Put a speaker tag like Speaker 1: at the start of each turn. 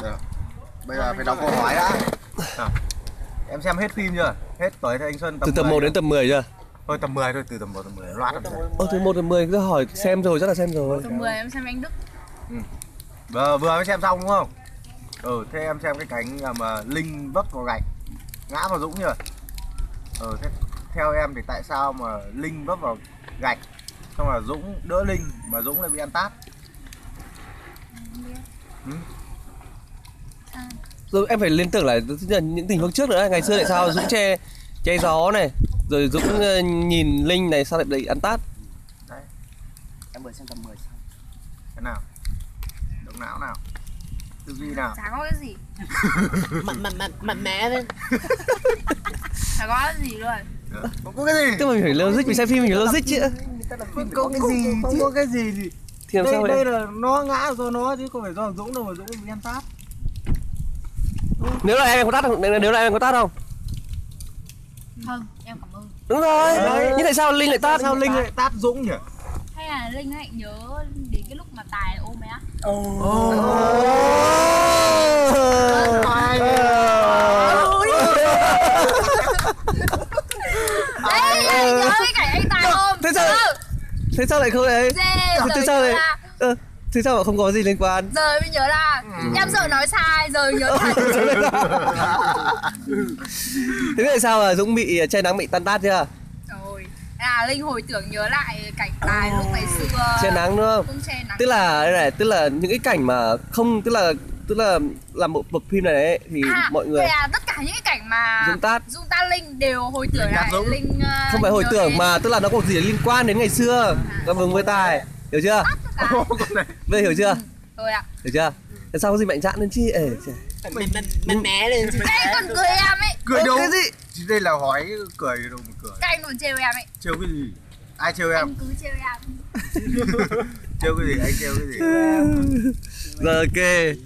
Speaker 1: Được. Bây giờ phải đọc câu hỏi đã. Em xem hết phim chưa? Hết tới anh Xuân
Speaker 2: Từ tập 1
Speaker 1: 10.
Speaker 2: đến tập 10 chưa?
Speaker 1: Thôi tầm 10 thôi, từ tầm 1 tầm 10 loát rồi.
Speaker 2: Ồ Ờ, từ 1 đến 10 cứ hỏi xem rồi, rất là xem rồi.
Speaker 3: Tập 10 em xem anh Đức
Speaker 1: Vừa vừa mới xem xong đúng không? Ừ, thế em xem cái cánh là mà Linh vấp vào gạch, ngã vào Dũng chưa? Ừ, thế theo em thì tại sao mà Linh vấp vào gạch xong là Dũng đỡ Linh mà Dũng lại bị ăn tát?
Speaker 2: Rồi em phải liên tưởng lại tức là những tình huống trước nữa, ngày xưa tại sao Dũng che che gió này, rồi Dũng ờ, nhìn Linh này sao lại bị ăn tát.
Speaker 4: em vừa xem tầm 10 xong
Speaker 1: Thế nào? Động não nào? Tư duy nào?
Speaker 3: chả có cái gì
Speaker 4: mạnh mạnh mạnh mạnh mẽ lên
Speaker 3: chả có cái gì luôn
Speaker 1: Được. Không có cái gì.
Speaker 2: Tức mình phải logic, mình xem phim mình phải logic chứ.
Speaker 1: Không có cái gì. Không có cái gì. gì.
Speaker 2: Thì làm sao vậy?
Speaker 1: là nó ngã do nó chứ không phải do Dũng đâu mà Dũng bị ăn tát.
Speaker 2: Nếu là em có tát không? Nếu là em có tát không?
Speaker 3: không em cảm ơn
Speaker 2: Đúng rồi.
Speaker 1: Đấy.
Speaker 2: Nhưng tại sao Linh lại
Speaker 1: Tại
Speaker 2: tát?
Speaker 1: sao Linh lại tát Dũng nhỉ?
Speaker 3: hay là linh hạnh nhớ đến cái lúc mà tài ôm bé
Speaker 2: Ồ.
Speaker 1: Ai
Speaker 3: ấy anh nhớ cái cảnh anh tài ôm
Speaker 2: Thế sao? Thế sao lại không ấy?
Speaker 3: dê
Speaker 2: Thế
Speaker 3: rồi
Speaker 2: sao
Speaker 3: nhớ
Speaker 2: lại?
Speaker 3: ra
Speaker 2: Ờ, Thế sao mà không có gì liên quan?
Speaker 3: rồi mới nhớ ra em sợ nói sai rồi nhớ thật
Speaker 2: Thế tại sao mà Dũng bị à, che nắng bị tan tát chưa?
Speaker 3: rồi là linh hồi tưởng nhớ lại cảnh tài lúc ngày xưa
Speaker 2: Che nắng đúng không?
Speaker 3: cũng che nắng
Speaker 2: Tức là đây này, tức là những cái cảnh mà không tức là tức là làm bộ bộ phim này ấy, thì
Speaker 3: à,
Speaker 2: mọi người
Speaker 3: thế là tất cả những cái cảnh mà
Speaker 2: Dũng tát.
Speaker 3: dung ta linh đều hồi tưởng
Speaker 1: Linh
Speaker 3: lại
Speaker 1: tát Dũng.
Speaker 3: linh ờ,
Speaker 2: không phải hồi
Speaker 3: nhớ À.
Speaker 2: tưởng
Speaker 3: đến
Speaker 2: mà tức là nó có gì liên quan đến ngày xưa gặp vừng với tài hiểu chưa
Speaker 3: tất cả.
Speaker 2: bây giờ hiểu chưa
Speaker 3: rồi ạ
Speaker 2: hiểu chưa Tại sao có gì mạnh dạn lên chi ể chả-
Speaker 4: mạnh mạnh mạnh mẽ lên chứ
Speaker 3: cái còn cười em ấy
Speaker 1: cười
Speaker 2: Ơ,
Speaker 1: đâu?
Speaker 2: cái gì
Speaker 1: Chứ đây là hỏi cười đâu mà cười.
Speaker 3: các anh còn trêu em ấy
Speaker 1: Trêu cái gì? Ai trêu em?
Speaker 3: anh cứ trêu em
Speaker 1: Trêu cái gì? Anh trêu cái gì?
Speaker 2: rồi ok